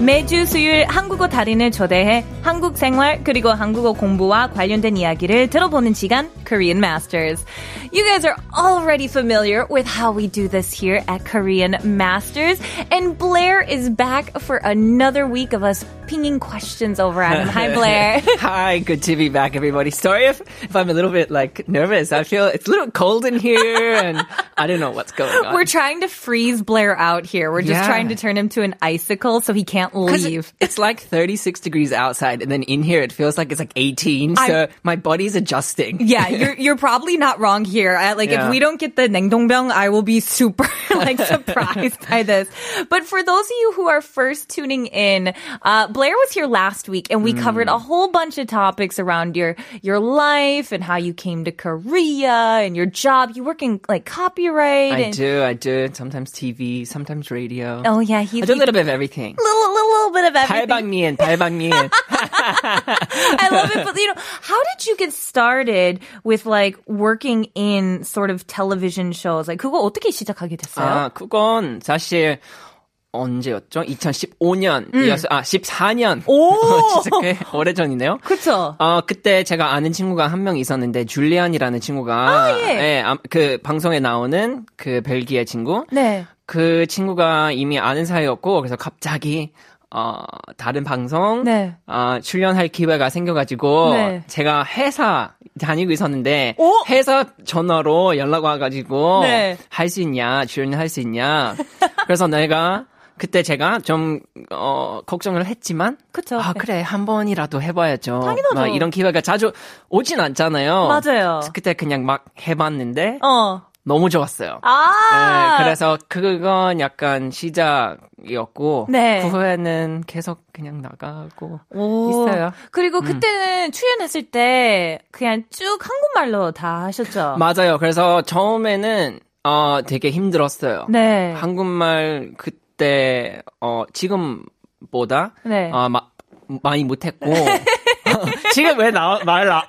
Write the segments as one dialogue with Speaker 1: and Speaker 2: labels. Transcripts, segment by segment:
Speaker 1: 매주 수요일 한국어 달인을 초대해 한국 생활 그리고 한국어 공부와 관련된 이야기를 들어보는 시간 Korean Masters. You guys are already familiar with how we do this here at Korean Masters and Blair is back for another week of us pinging questions over at him. Hi Blair.
Speaker 2: Hi, good to be back, everybody. Sorry if, if I'm a little bit like nervous. I feel it's a little cold in here, and I don't know what's going on.
Speaker 1: We're trying to freeze Blair out here. We're just
Speaker 2: Yeah.
Speaker 1: trying to turn him to an icicle so he can't
Speaker 2: 'Cause
Speaker 1: leave.
Speaker 2: It's like 36 degrees outside, and then in here it feels like it's like 18. so my body's adjusting.
Speaker 1: Yeah, you're you're probably not wrong here. I, like if
Speaker 2: Yeah.
Speaker 1: we don't get the 냉동병, I will be super like surprised by this. But for those of you who are first tuning in, uh, Blair was here last week and we
Speaker 2: Hmm.
Speaker 1: covered a whole bunch of topics around your your life and how you came to Korea and your job. You work in like copyright. and,
Speaker 2: I do, I do. Sometimes TV, sometimes radio.
Speaker 1: Oh yeah, he
Speaker 2: I do a little bit of everything.
Speaker 1: little, little little bit of everything.
Speaker 2: 발방미엔, 발방미엔.
Speaker 1: I love it. But you know, how did you get started with like working in sort of television shows? Like 그거 어떻게 시작하게 됐어요?
Speaker 2: 아, 그건 사실 언제였죠? 2015년이어서 아 14년.
Speaker 1: 오!
Speaker 2: 진짜 꽤 오래전이네요.
Speaker 1: 그쵸?
Speaker 2: 어, 그때 제가 아는 친구가 한 명 있었는데, 줄리안이라는 친구가,
Speaker 1: 아, 예.
Speaker 2: 아, 그 방송에 나오는 그 벨기에 친구,
Speaker 1: 네.
Speaker 2: 그 친구가 이미 아는 사이였고, 그래서 갑자기, 어, 다른 방송,
Speaker 1: 네.
Speaker 2: 어, 출연할 기회가 생겨가지고,
Speaker 1: 네.
Speaker 2: 제가 회사 다니고 있었는데,
Speaker 1: 오!
Speaker 2: 회사 전화로 연락 와가지고,
Speaker 1: 네.
Speaker 2: 할 수 있냐, 출연할 수 있냐. 그래서 내가, 그때 제가 좀, 어, 걱정을 했지만,
Speaker 1: 그쵸.
Speaker 2: 아, 그래. 한 번이라도 해봐야죠.
Speaker 1: 당연하죠.
Speaker 2: 막 이런 기회가 자주 오진 않잖아요.
Speaker 1: 맞아요.
Speaker 2: 그래서 그때 그냥 막 해봤는데,
Speaker 1: 어.
Speaker 2: 너무 좋았어요.
Speaker 1: 아.
Speaker 2: 그- 네, 그래서 그건 약간 시작이었고
Speaker 1: 네.
Speaker 2: 그 후에는 계속 그냥 나가고
Speaker 1: 오.
Speaker 2: 있어요. 음.
Speaker 1: 그리고 그때는 출연했을 때 그냥 쭉 한국말로 다 하셨죠.
Speaker 2: 맞아요. 그래서 처음에는 어 되게 힘들었어요.
Speaker 1: 네.
Speaker 2: 한국말 그때 어 지금보다
Speaker 1: 네.
Speaker 2: 어, 마- 많이 못했고 지금 왜말안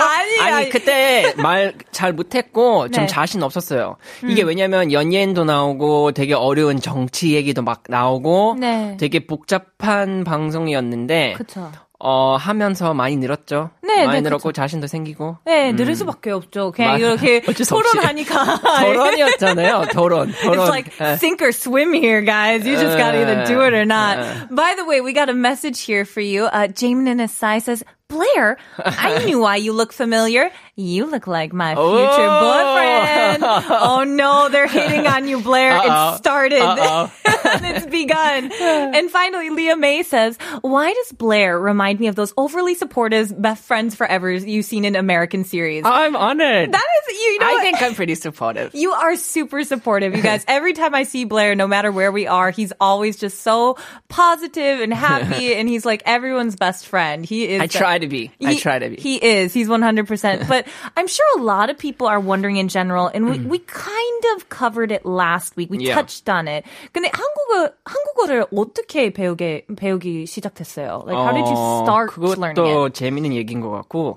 Speaker 1: 아니, 아니.
Speaker 2: 그때 말 잘 못했고 좀
Speaker 1: 네. 음.
Speaker 2: 자신 없었어요. 이게 왜냐면 연예인도 나오고 되게 어려운 정치 얘기도 막 나오고
Speaker 1: 네.
Speaker 2: 되게 복잡한 방송이었는데
Speaker 1: 그쵸.
Speaker 2: 어 하면서 많이 늘었죠.
Speaker 1: 네,
Speaker 2: 많이
Speaker 1: 네,
Speaker 2: 늘었고 자신도 생기고
Speaker 1: 네, 늘을 수밖에 없죠. 그냥
Speaker 2: 음. 맞아.
Speaker 1: 이렇게
Speaker 2: 어쩔 수 없이.
Speaker 1: 토론하니까.
Speaker 2: 결혼이었잖아요. 결혼, 결혼.
Speaker 1: It's like
Speaker 2: 예.
Speaker 1: sink or swim here, guys. You just gotta either do
Speaker 2: Uh,
Speaker 1: it or not. By the way, we got a message here for you. Uh, Jamin and Asai says, Blair, I knew why you look familiar. You look like my future
Speaker 2: Oh.
Speaker 1: boyfriend. Oh no, they're hitting on you, Blair.
Speaker 2: Uh-oh.
Speaker 1: It started.
Speaker 2: Uh-oh.
Speaker 1: and it's begun. And finally, Leah May says, Why does Blair remind me of those overly supportive best friends forever you've seen in American series?
Speaker 2: 아, I'm honored.
Speaker 1: that is, you know,
Speaker 2: Oh. I
Speaker 1: what?
Speaker 2: think I'm pretty supportive.
Speaker 1: You are super supportive, you guys. Every time I see Blair, no matter where we are, he's always just so positive and happy, and he's like everyone's best friend. He is.
Speaker 2: I try to be. I
Speaker 1: He-
Speaker 2: try to be.
Speaker 1: He is. He's 100%. But I'm sure a lot of people are wondering in general, and we, we kind of covered it last week. We
Speaker 2: Mm. Yeah.
Speaker 1: touched on it. 근데 한국어, 한국어를 어떻게 배우게, 배우기 시작했어요? Like, how did you
Speaker 2: 어,
Speaker 1: start learning it? 음.
Speaker 2: 그것도 재밌는 얘기인 것 같고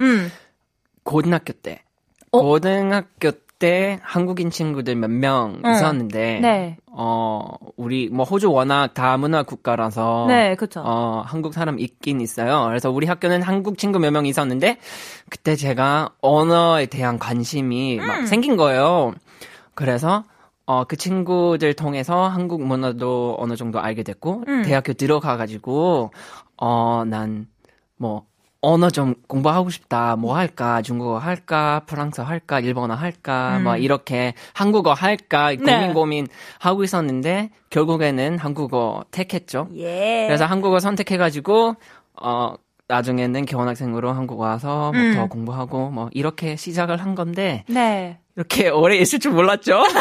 Speaker 2: 고등학교 때
Speaker 1: 어?
Speaker 2: 고등학교 때 한국인 친구들 몇 명 있었는데
Speaker 1: 네.
Speaker 2: 어 우리 뭐 호주 워낙 다문화 국가라서
Speaker 1: 네, 그쵸.
Speaker 2: 어 한국 사람 있긴 있어요. 그래서 우리 학교는 한국 친구 몇 명 있었는데 그때 제가 언어에 대한 관심이
Speaker 1: 음.
Speaker 2: 막 생긴 거예요. 그래서 어, 그 친구들 통해서 한국 문화도 어느 정도 알게 됐고,
Speaker 1: 음.
Speaker 2: 대학교 들어가가지고, 어, 난, 뭐, 언어 좀 공부하고 싶다.
Speaker 1: 음.
Speaker 2: 뭐 할까? 중국어 할까? 프랑스어 할까? 일본어 할까?
Speaker 1: 음.
Speaker 2: 막 이렇게 한국어
Speaker 1: 네.
Speaker 2: 할까? 고민 고민 하고 있었는데, 결국에는 한국어 택했죠.
Speaker 1: 예.
Speaker 2: 그래서 한국어 선택해가지고, 어,
Speaker 1: 음.
Speaker 2: 나중에는 교환학생으로 뭐 한국 와서 뭐더 공부하고, 뭐, 이렇게 시작을 한 건데,
Speaker 1: 네.
Speaker 2: 이렇게 오래 있을 줄 몰랐죠?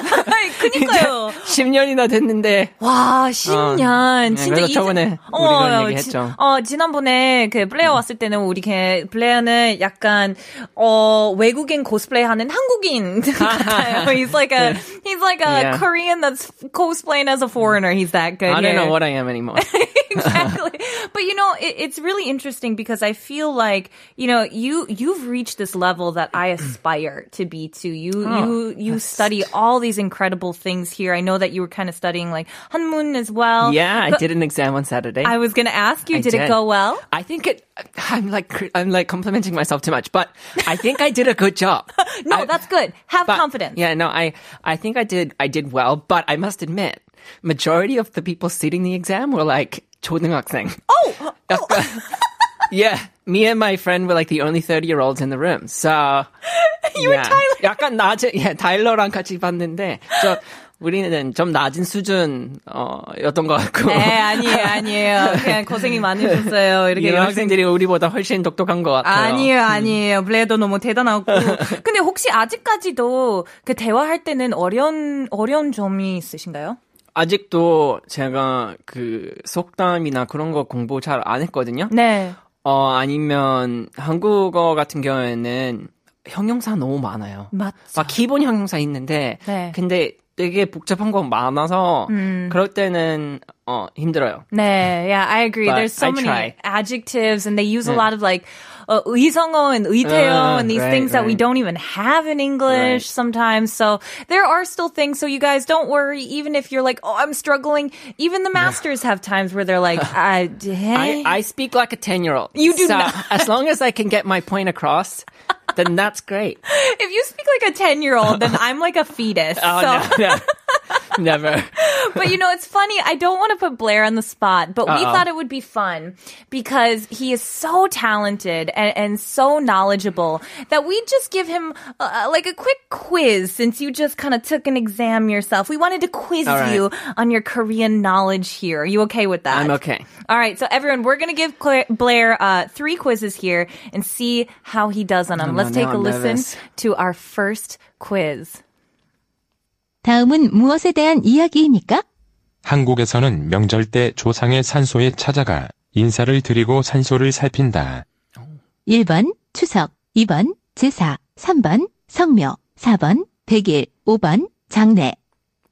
Speaker 1: 그니까요.
Speaker 2: 10년이나 됐는데
Speaker 1: 와, 10년. 진짜
Speaker 2: 어, 네, 그래서
Speaker 1: 이-
Speaker 2: 저번에
Speaker 1: 어,
Speaker 2: 우리가
Speaker 1: 어,
Speaker 2: 얘기했죠. 음.
Speaker 1: 지, 어, 지난번에 그 블레어 왔을 때는 우리 걔 블레어는 약간 어, 외국인 코스프레 하는 한국인 같아요. He's like a he's like a
Speaker 2: 네. Yeah.
Speaker 1: Korean that's cosplaying as a foreigner. He's that good.
Speaker 2: I don't
Speaker 1: here.
Speaker 2: know what I am anymore.
Speaker 1: exactly. But you know, it, it's really interesting because I feel like you know you you've reached this level that I aspire to be to. You you you study all these incredible things here. I know that you were kind of studying like Hanmun as well.
Speaker 2: yeah, I
Speaker 1: But
Speaker 2: did an exam on Saturday.
Speaker 1: 어, 그 I was gonna ask you,
Speaker 2: I
Speaker 1: did, it go well?
Speaker 2: I think it. I'm like cr- I'm like complimenting myself too much, but I think I did a good job.
Speaker 1: No,
Speaker 2: I-
Speaker 1: that's good. Have
Speaker 2: but-
Speaker 1: confidence.
Speaker 2: Yeah, no, I I think I did I did well, but I must admit, majority of the people sitting the exam were like 초등학생.
Speaker 1: Oh,
Speaker 2: 약간- yeah, me and my friend were like the only 30 year olds in the room. So you yeah. were Tyler. 약간 낮은 yeah, 타일러랑 같이 봤는데 저 우리는 좀 낮은 수준 어였던 것 같고.
Speaker 1: 네, 아니에요, 아니에요. 그냥 고생이 많으셨어요. 이렇게 열심히
Speaker 2: 이런 학생들이 우리보다 훨씬 똑똑한 것 같아요.
Speaker 1: 아니에요, 아니에요. 블레도 너무 대단하고. 근데 혹시 아직까지도 그 대화할 때는 어려운 어려운 점이 있으신가요?
Speaker 2: 아직도 제가 그 속담이나 그런 거 공부 잘 안 했거든요.
Speaker 1: 네.
Speaker 2: 어, 아니면 한국어 같은 경우에는 형용사 너무 많아요.
Speaker 1: 맞.
Speaker 2: 막 기본 형용사 있는데,
Speaker 1: 네. 음.
Speaker 2: 근데 되게 복잡한 거 많아서, 그럴 때는, 어, 힘들어요.
Speaker 1: 네, yeah, I agree.
Speaker 2: But
Speaker 1: There's so
Speaker 2: I
Speaker 1: many
Speaker 2: try.
Speaker 1: adjectives, and they use a lot of like uh, 의성어 and 의태어
Speaker 2: Uh,
Speaker 1: and these
Speaker 2: right,
Speaker 1: things that we
Speaker 2: right.
Speaker 1: don't even have in English
Speaker 2: Right.
Speaker 1: sometimes. So there are still things. So you guys don't worry. Even if you're like, oh, I'm struggling. Even the masters have times where they're like, I,
Speaker 2: I, I speak like a 10 year old.
Speaker 1: You do
Speaker 2: so,
Speaker 1: not.
Speaker 2: As long as I can get my point across, then that's great.
Speaker 1: if you speak like a ten year old, then I'm like a fetus. so.
Speaker 2: Oh, no, no. Never.
Speaker 1: but you know, it's funny. I don't want to put Blair on the spot, but we
Speaker 2: Uh-oh.
Speaker 1: thought it would be fun because he is so talented and, and so knowledgeable that we just give him uh, like a quick quiz since you just kind of took an exam yourself. We wanted to quiz
Speaker 2: All right.
Speaker 1: you on your Korean knowledge here. Are you okay with that?
Speaker 2: I'm okay.
Speaker 1: All right, so everyone, we're gonna give Cla- Blair uh, three quizzes here and see how he does on them.
Speaker 2: no,
Speaker 1: Let's
Speaker 2: now
Speaker 1: take a
Speaker 2: I'm
Speaker 1: listen
Speaker 2: nervous.
Speaker 1: to our first quiz.
Speaker 3: 다음은 무엇에 대한 이야기입니까?
Speaker 4: 한국에서는 명절 때 조상의 산소에 찾아가 인사를 드리고 산소를 살핀다.
Speaker 3: 1번 추석, 2번 제사, 3번 성묘, 4번 백일, 5번 장례.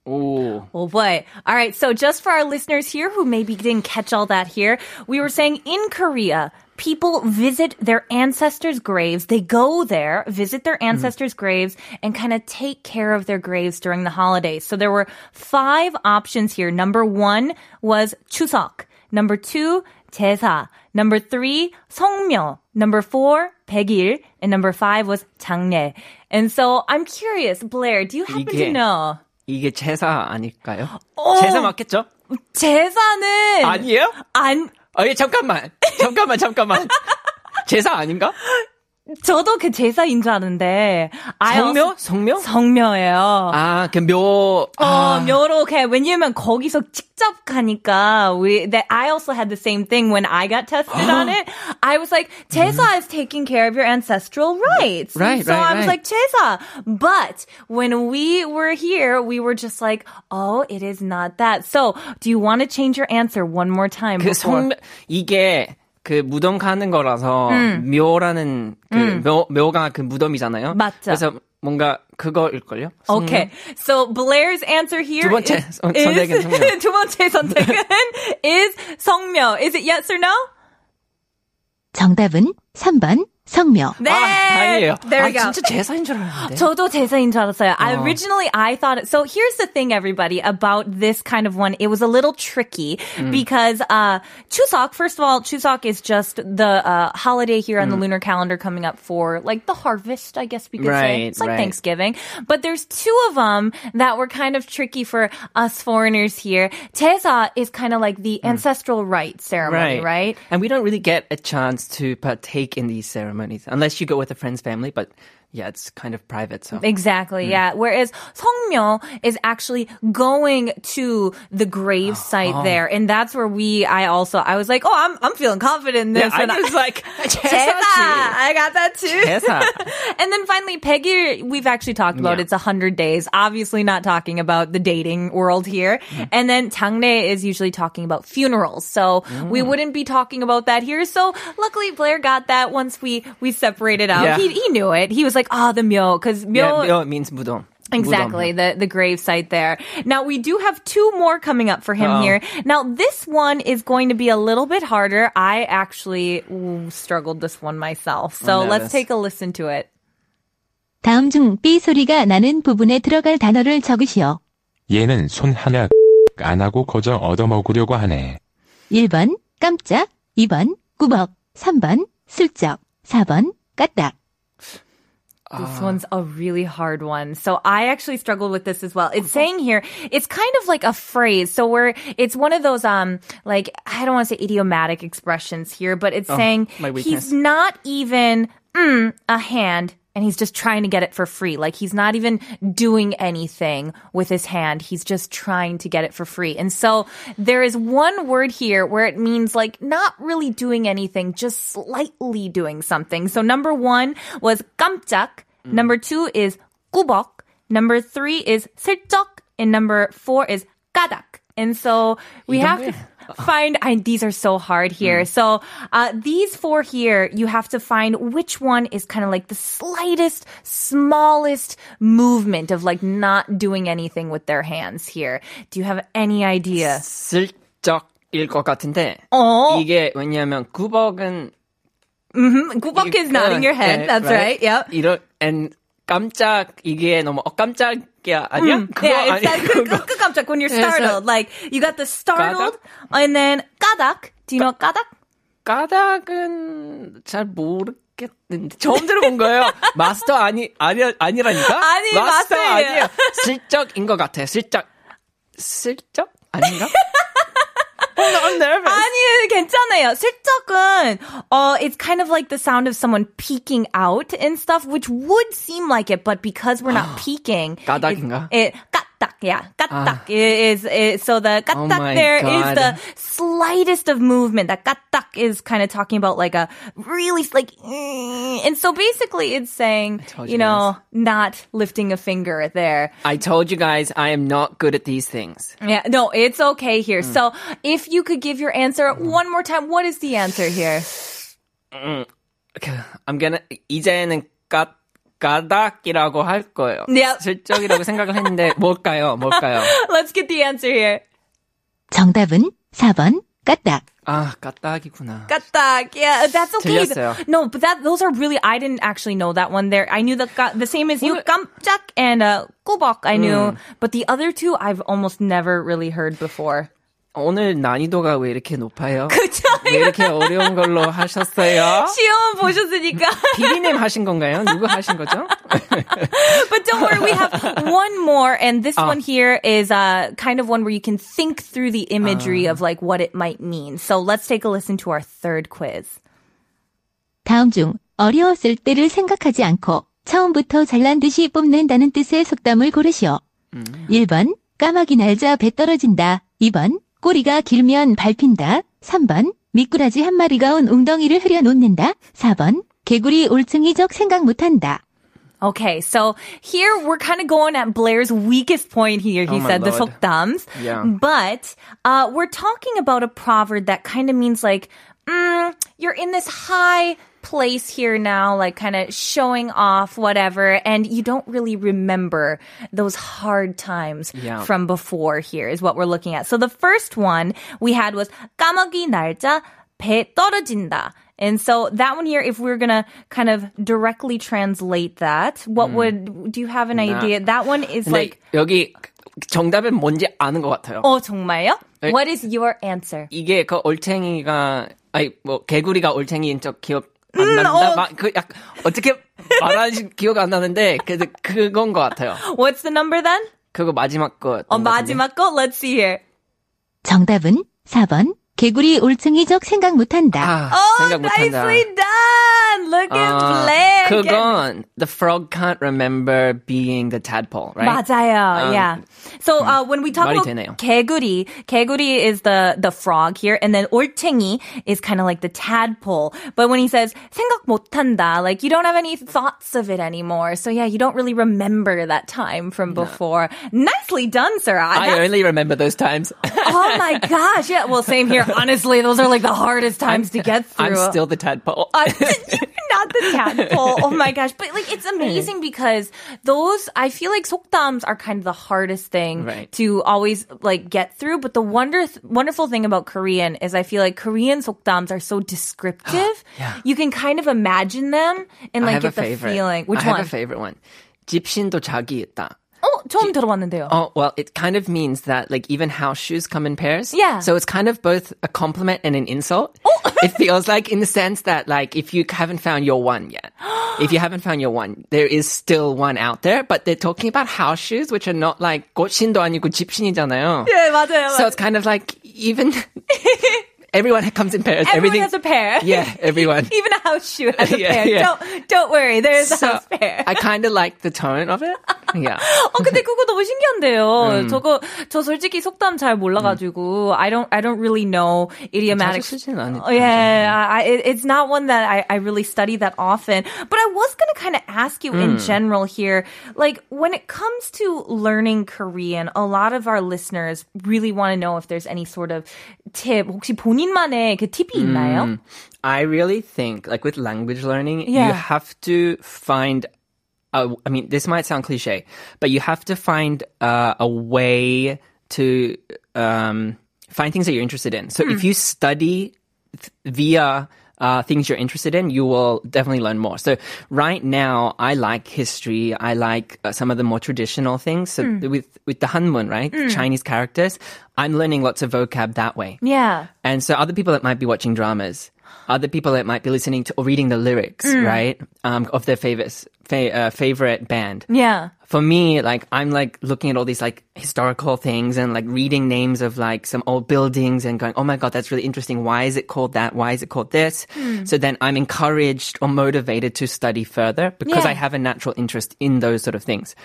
Speaker 2: Ooh.
Speaker 1: Oh boy. All right. So just for our listeners here who maybe didn't catch all that here, we were saying in Korea, people visit their ancestors' graves. They go there, visit their
Speaker 2: Mm-hmm.
Speaker 1: ancestors' graves, and kind of take care of their graves during the holidays. So there were five options here. Number one was 추석. Number two, 제사. Number three, 성묘. Number four, 백일. And number five was 장례. And so I'm curious, Blair, do you happen to
Speaker 2: 이게-
Speaker 1: know?
Speaker 2: 이게 제사 아닐까요?
Speaker 1: 어.
Speaker 2: 제사 맞겠죠?
Speaker 1: 제사는
Speaker 2: 아니에요?
Speaker 1: 안
Speaker 2: 아, 예, 잠깐만. 잠깐만, 잠깐만. 제사 아닌가?
Speaker 1: 저도 그 제사인 줄 아는데 I
Speaker 2: 성묘?
Speaker 1: also-
Speaker 2: 성묘?
Speaker 1: 성묘예요.
Speaker 2: 아, 그 묘. 아,
Speaker 1: 어, 요렇게 왜냐면 거기서 직접 가니까 we that I also had the same thing when I got tested on it. I was like 제사 is taking care of your ancestral rights.
Speaker 2: Right,
Speaker 1: so I
Speaker 2: right,
Speaker 1: was
Speaker 2: right.
Speaker 1: like 제사. But when we were here, we were just like, oh, it is not that. So, do you want to change your answer one more time?
Speaker 2: 그
Speaker 1: before?
Speaker 2: 성, 이게 그 무덤 가는 거라서 묘라는 그 묘, 묘가 그 무덤이잖아요.
Speaker 1: 음. 맞죠. 어,
Speaker 2: 그래서 뭔가 그거일걸요? 성묘?
Speaker 1: Okay, so Blair's answer here
Speaker 2: Mm-hmm. 두 번째
Speaker 1: is-
Speaker 2: 선-
Speaker 1: is-
Speaker 2: 선택은 성묘.
Speaker 1: 두 번째 선택은 is 성묘. Is it yes or no?
Speaker 3: 정답은 3번 성묘.
Speaker 1: 네.
Speaker 2: 아, 아니에요.
Speaker 1: There
Speaker 2: 아,
Speaker 1: we go.
Speaker 2: 진짜 제사인 줄 알았는데.
Speaker 1: 저도 제사인 줄 알았어요. I
Speaker 2: Oh.
Speaker 1: originally I thought it. So here's the thing, everybody, about this kind of one. It was a little tricky
Speaker 2: Mm.
Speaker 1: because uh, Chuseok. First of all, Chuseok is just the uh, holiday here on the
Speaker 2: Mm.
Speaker 1: lunar calendar coming up for like the harvest. I guess we could say
Speaker 2: Right,
Speaker 1: it's like
Speaker 2: right.
Speaker 1: Thanksgiving. But there's two of them that were kind of tricky for us foreigners here. Teza is kind of like
Speaker 2: Mm.
Speaker 1: the ancestral rite ceremony, right?
Speaker 2: And we don't really get a chance to partake in these ceremonies unless you go with a friend's family, but yeah, it's kind of private,
Speaker 1: 네,
Speaker 2: so.
Speaker 1: Exactly,
Speaker 2: Mm.
Speaker 1: yeah. Whereas 성묘 is actually going to the grave site
Speaker 2: Uh-huh.
Speaker 1: there, and that's where we. I also I was like, oh, I'm I'm feeling confident in
Speaker 2: Yeah,
Speaker 1: this.
Speaker 2: I
Speaker 1: and
Speaker 2: was like,
Speaker 1: 제사.
Speaker 2: 제사지.
Speaker 1: I got that too.
Speaker 2: 대사.
Speaker 1: And then finally, Peggy, we've actually talked about
Speaker 2: Yeah.
Speaker 1: it's 100 days. Obviously, not talking about the dating world here.
Speaker 2: Mm.
Speaker 1: And then 장례 is usually talking about funerals. So
Speaker 2: Mm.
Speaker 1: we wouldn't be talking about that here. So luckily, Blair got that once we, we separated out.
Speaker 2: Yeah.
Speaker 1: He, he knew it. He was like, ah, the 묘. Because 묘.
Speaker 2: Yeah, 묘 means 무덤.
Speaker 1: Exactly,
Speaker 2: 무덤.
Speaker 1: the, the grave site there. Now, we do have two more coming up for him
Speaker 2: Uh-oh.
Speaker 1: here. Now, this one is going to be a little bit harder. I actually ooh, struggled this one myself. So
Speaker 2: I'm
Speaker 1: let's
Speaker 2: nervous.
Speaker 1: take a listen to it.
Speaker 3: 다음 중 B 소리가 나는 부분에 들어갈 단어를 적으시오.
Speaker 4: 얘는 손 하나 안 하고 거저 얻어먹으려고 하네.
Speaker 3: 1번 깜짝, 2번 꾸벅, 3번 슬쩍, 4번 까딱.
Speaker 1: This
Speaker 2: Ah.
Speaker 1: one's a really hard one. So I actually struggled with this as well.
Speaker 2: Oh.
Speaker 1: It's saying here, it's kind of like a phrase. So we're, it's one of those, um, like, I don't want to say idiomatic expressions here, but it's saying
Speaker 2: Oh, my weakness.
Speaker 1: he's not even, mm, a hand. And he's just trying to get it for free. Like he's not even doing anything with his hand. He's just trying to get it for free. And so there is one word here where it means like not really doing anything, just slightly doing something. So number one was 깜짝. Number two is 꾸벅. Number three is 슬쩍. And number four is 까닥. And so we have to find, I, these are so hard here. So uh, these four here, you have to find which one is kind of like the slightest, smallest movement of like not doing anything with their hands here. Do you have any idea? Oh,
Speaker 2: 슬쩍일 것 같은데
Speaker 1: 어.
Speaker 2: 이게 왜냐하면 구벅은
Speaker 1: 꾸벅 mm, is nodding your head.
Speaker 2: 예,
Speaker 1: That's right. Yep.
Speaker 2: 이런 and 깜짝 이게 너무 어
Speaker 1: 음,
Speaker 2: 깜짝이야 아니야?
Speaker 1: 네, Mm,
Speaker 2: 그거
Speaker 1: yeah,
Speaker 2: 아니-
Speaker 1: it's that
Speaker 2: 그거.
Speaker 1: 끄끄깜짝 when you're
Speaker 2: Yeah, it's
Speaker 1: startled. Like you got the startled and then 까닥. Do you know 까닥?
Speaker 2: 까닭은 잘 모르겠는데 처음 들어본 거예요. 마스터 아니 아니 아니라니까?
Speaker 1: 아니,
Speaker 2: 마스터
Speaker 1: 마스터예요.
Speaker 2: 아니에요. 슬쩍인 것 같아. 슬쩍 슬쩍 아닌가? Oh, no, I'm nervous.
Speaker 1: 아니에요, 괜찮아요. 슬쩍은, uh, it's kind of like the sound of someone peeking out and stuff, which would seem like it, but because we're not peeking,
Speaker 2: 까닭인가?
Speaker 1: it, 까딱, yeah, 까딱 is, is, so the
Speaker 2: Oh
Speaker 1: 까딱
Speaker 2: my
Speaker 1: there is
Speaker 2: God.
Speaker 1: the slightest of movement. That 까딱 is kind of talking about like a really like, "Mm," and so basically it's saying,
Speaker 2: told
Speaker 1: you
Speaker 2: you
Speaker 1: know, not lifting a finger there.
Speaker 2: I told you guys I am not good at these things.
Speaker 1: Yeah, no, it's okay here.
Speaker 2: Hmm.
Speaker 1: So if you could give your answer one more time, what is the answer here?
Speaker 2: 그, I'm gonna 이제는 까 까닭이라고 할 거예요.
Speaker 1: Yep.
Speaker 2: 슬쩍이라고 생각을 했는데 뭘까요? 뭘까요?
Speaker 1: Let's get the answer here.
Speaker 3: 정답은 4번 까딱.
Speaker 2: 아 까닭이구나.
Speaker 1: Katak. Yeah, uh, that's okay.
Speaker 2: 들렸어요.
Speaker 1: No, but that those are really I didn't actually know that one there. I knew the ka- the same as you 깜짝 and uh 꼬박 I knew, but the other two I've almost never really heard before.
Speaker 2: 오늘 난이도가 왜 이렇게 높아요?
Speaker 1: 그
Speaker 2: 왜 이렇게 어려운 걸로 하셨어요?
Speaker 1: 시험 보셨으니까.
Speaker 2: 비비님 하신 건가요? 누구 하신 거죠?
Speaker 1: But don't worry, we have one more, and this one here is uh, kind of one where you can think through the imagery of like what it might mean. So let's take a listen to our third quiz.
Speaker 3: 다음 중 어려웠을 때를 생각하지 않고 처음부터 잘난 듯이 뽐낸다는 뜻의 속담을 고르시오. 1번 까마귀 날자 배 떨어진다. 2번 꼬리가 길면 밟힌다. 3번 미꾸라지 한 마리가 온 웅덩이를 흐려놓는다. 4번 개구리 올챙이적 생각 못한다.
Speaker 1: Okay, so here we're kind of going at Blair's weakest point here. He
Speaker 2: Oh, my
Speaker 1: said the
Speaker 2: Lord.
Speaker 1: 속dams.
Speaker 2: Yeah.
Speaker 1: But uh, we're talking about a proverb that kind of means like, mm, you're in this high place here now, like kind of showing off, whatever, and you don't really remember those hard times
Speaker 2: Yeah.
Speaker 1: from before here is what we're looking at. So the first one we had was 까마귀 날자 배 떨어진다. And so that one here, if we're gonna kind of directly translate that,
Speaker 2: Hmm.
Speaker 1: what would do you have an idea? That one is
Speaker 2: 근데
Speaker 1: like
Speaker 2: 여기 정답은 뭔지 아는 것 같아요.
Speaker 1: 어 정말요?
Speaker 2: 네.
Speaker 1: What is your answer?
Speaker 2: 이게 그 올챙이가 아니 뭐 개구리가 올챙이인 척 기억 안 난다.
Speaker 1: 어.
Speaker 2: 막 그 약 어떻게 말하는지 기억 안 나는데 그 그건 것 같아요.
Speaker 1: What's the number then?
Speaker 2: 그거 마지막 거.
Speaker 1: 어 마지막 거 let's see here.
Speaker 3: 정답은 4번 개구리 올챙이적 생각 못한다.
Speaker 2: 아
Speaker 1: Oh,
Speaker 2: 생각 못한다.
Speaker 1: nicely done. look at
Speaker 2: 아,
Speaker 1: Blake.
Speaker 2: 그건 the frog can't remember being the tadpole, right?
Speaker 1: 맞아요.
Speaker 2: Um,
Speaker 1: yeah. So uh, when we talk
Speaker 2: 말이
Speaker 1: about
Speaker 2: 되네요.
Speaker 1: 개구리, 개구리 is the the frog here, and then 올챙이 is kind of like the tadpole. But when he says 생각 못한다, like you don't have any thoughts of it anymore. So yeah, you don't really remember that time from before. Nicely done, sir.
Speaker 2: I only remember those times.
Speaker 1: oh my gosh. Yeah. Well, same here. Honestly, those are like the hardest times to get through.
Speaker 2: I'm still the tadpole.
Speaker 1: I'm not the tadpole. Oh my gosh. But like it's amazing because those I feel like 속담s are kind of the hardest thing
Speaker 2: Right.
Speaker 1: to always like get through, but the wonder wonderful thing about Korean is I feel like Korean 속담s are so descriptive.
Speaker 2: Yeah.
Speaker 1: You can kind of imagine them and
Speaker 2: I
Speaker 1: like
Speaker 2: have a
Speaker 1: get the
Speaker 2: favorite.
Speaker 1: feeling. Which
Speaker 2: I have
Speaker 1: one?
Speaker 2: a favorite one. 집신도 자기 있다.
Speaker 1: oh, 처음 들어봤는데요.
Speaker 2: Oh, well, it kind of means that, like, even house shoes come in pairs.
Speaker 1: Yeah. Oh.
Speaker 2: So it's kind of both a compliment and an insult. it feels like, in the sense that, like, if you haven't found your one yet, if you haven't found your one, there is still one out there, but they're talking about house shoes, which are not like, 꽃신도 아니고 집신이잖아요.
Speaker 1: 네, 맞아요.
Speaker 2: So it's kind of like, even, everyone comes in pairs.
Speaker 1: Everyone
Speaker 2: Everything.
Speaker 1: has a pair.
Speaker 2: yeah, everyone.
Speaker 1: Even a house shoe has a
Speaker 2: Yeah,
Speaker 1: pair.
Speaker 2: yeah.
Speaker 1: Don't don't worry. There's a house pair.
Speaker 2: I kind of like the tone of it. Yeah.
Speaker 1: 어, 근데 그거 너무
Speaker 2: 음.
Speaker 1: 신기한데요. 저거 저 솔직히 속담 잘 몰라가지고 I don't I don't really know idiomatic.
Speaker 2: 자주 아, 쓰진 않-
Speaker 1: 어, Oh,
Speaker 2: 음.
Speaker 1: yeah, I, I, it- it's not one that I, I really study that often. But I was gonna kind of ask you
Speaker 2: 음.
Speaker 1: in general here, like when it comes to learning Korean, a lot of our listeners really want to know if there's any sort of tip. 혹시 본인만의 그 팁이
Speaker 2: 음.
Speaker 1: 있나요?
Speaker 2: I really think, like with language learning,
Speaker 1: Yeah.
Speaker 2: you have to find. A, I mean, this might sound cliche, but you have to find uh, a way to um, find things that you're interested in. So if you study th- via uh, things you're interested in, you will definitely learn more. So right now, I like history. I like uh, some of the more traditional things. So with with the Hanmun, right, Chinese characters, I'm learning lots of vocab that way.
Speaker 1: Yeah.
Speaker 2: And so other people that might be watching dramas, other people that might be listening to or reading the lyrics, right, um, of their favorites, fa- uh, favorite band.
Speaker 1: Yeah.
Speaker 2: For me, like I'm like looking at all these like historical things and like reading names of like some old buildings and going, oh my god, that's really interesting. Why is it called that? Why is it called this? So then I'm encouraged or motivated to study further because
Speaker 1: Yeah.
Speaker 2: I have a natural interest in those sort of things.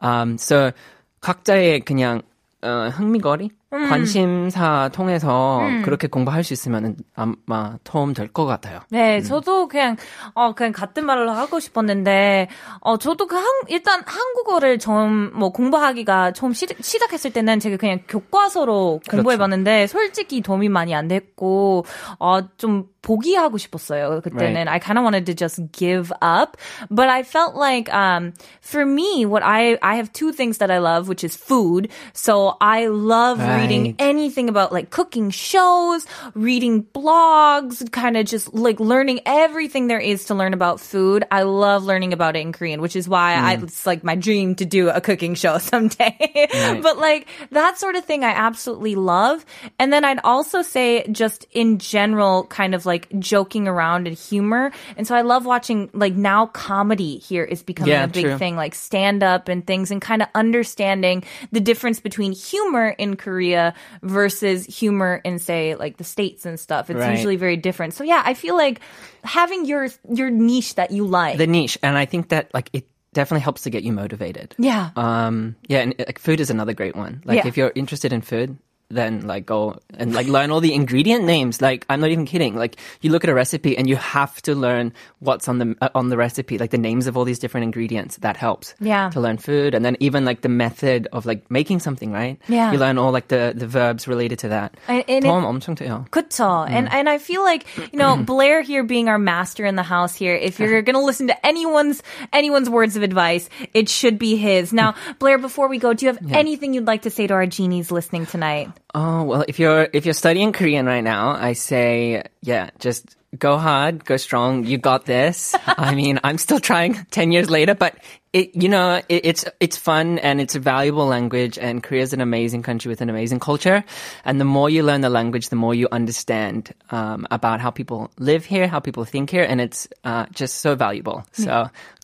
Speaker 2: Um, so 각자의 그냥 어, 흥미거리, 관심사 통해서 그렇게 공부할 수 있으면 아마 도움 될 것 같아요.
Speaker 1: 네, 저도 그냥 어 그냥 같은 말로 하고 싶었는데 어 저도 그 한, 일단 한국어를 처음 뭐 공부하기가 처음 시, 작했을 때는 제가 그냥 교과서로
Speaker 2: 그렇죠.
Speaker 1: 공부해 봤는데 솔직히 도움이 많이 안 됐고 어좀 포기하고 싶었어요. 그때는
Speaker 2: Right.
Speaker 1: I kind of wanted to just give up, but I felt like um for me what I I have two things that I love which is food. So I love reading
Speaker 2: Right.
Speaker 1: anything about like cooking shows, reading blogs, kind of just like learning everything there is to learn about food. I love learning about it in Korean, which is why
Speaker 2: Mm.
Speaker 1: I, it's like my dream to do a cooking show someday. But like that sort of thing I absolutely love. And then I'd also say just in general, kind of like joking around and humor. And so I love watching like now comedy here is becoming
Speaker 2: Yeah,
Speaker 1: a big
Speaker 2: true.
Speaker 1: thing thing, like stand up and things and kind of understanding the difference between humor in Korea versus humor in say like the states and stuff. It's
Speaker 2: Right.
Speaker 1: usually very different. So yeah, I feel like having your your niche that you like.
Speaker 2: The niche, and I think that like it definitely helps to get you motivated.
Speaker 1: yeah.
Speaker 2: Um, yeah, and like food is another great one. Like
Speaker 1: Yeah.
Speaker 2: if you're interested in food, then like go and like learn all the ingredient names. Like I'm not even kidding. Like you look at a recipe and you have to learn what's on the uh, on the recipe, like the names of all these different ingredients. That helps.
Speaker 1: Yeah.
Speaker 2: To learn food and then even like the method of like making something, right?
Speaker 1: Yeah.
Speaker 2: You learn all like the the verbs related to that.
Speaker 1: And- and it-
Speaker 2: Tom, 엄청 돼요. Mm-hmm.
Speaker 1: 그쵸. And and I feel like you know Blair here being our master in the house here. If
Speaker 2: Uh-huh.
Speaker 1: you're gonna listen to anyone's anyone's words of advice, it should be his. Now,
Speaker 2: Mm-hmm.
Speaker 1: Blair, before we go, do you have anything you'd like to say to our genies listening tonight?
Speaker 2: Oh well, if you're if you're studying Korean right now, I say yeah, just go hard, go strong. You got this. I mean, I'm still trying ten years later, but it you know it, it's it's fun and it's a valuable language. And Korea's an amazing country with an amazing culture. And the more you learn the language, the more you understand um, about how people live here, how people think here, and it's uh, just so valuable.
Speaker 1: Mm.
Speaker 2: So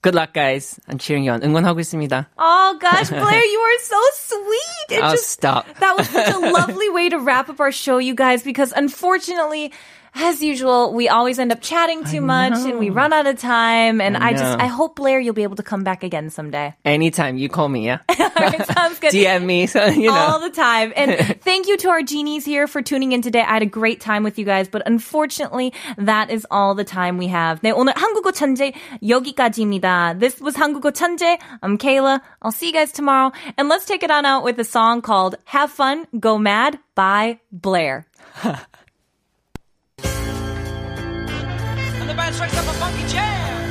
Speaker 2: good luck, guys. I'm cheering you on. 응원하고 있습니다.
Speaker 1: Oh gosh, Blair, you are so sweet. It
Speaker 2: Oh,
Speaker 1: just
Speaker 2: stop.
Speaker 1: that was such a lovely way to wrap up our show, you guys, because unfortunately as usual, we always end up chatting too much and we run out of time. And I,
Speaker 2: I
Speaker 1: just,
Speaker 2: know.
Speaker 1: I hope, Blair, you'll be able to come back again someday.
Speaker 2: Anytime you call me, yeah.
Speaker 1: Sounds good.
Speaker 2: DM me, so you know.
Speaker 1: All the time. And thank you to our genies here for tuning in today. I had a great time with you guys, but unfortunately, that is all the time we have. 네, 오늘 한국어 천재 여기까지입니다. This was 한국어 천재. I'm Kayla. I'll see you guys tomorrow. And let's take it on out with a song called Have Fun, Go Mad by Blair.
Speaker 5: and the band strikes up a funky jam.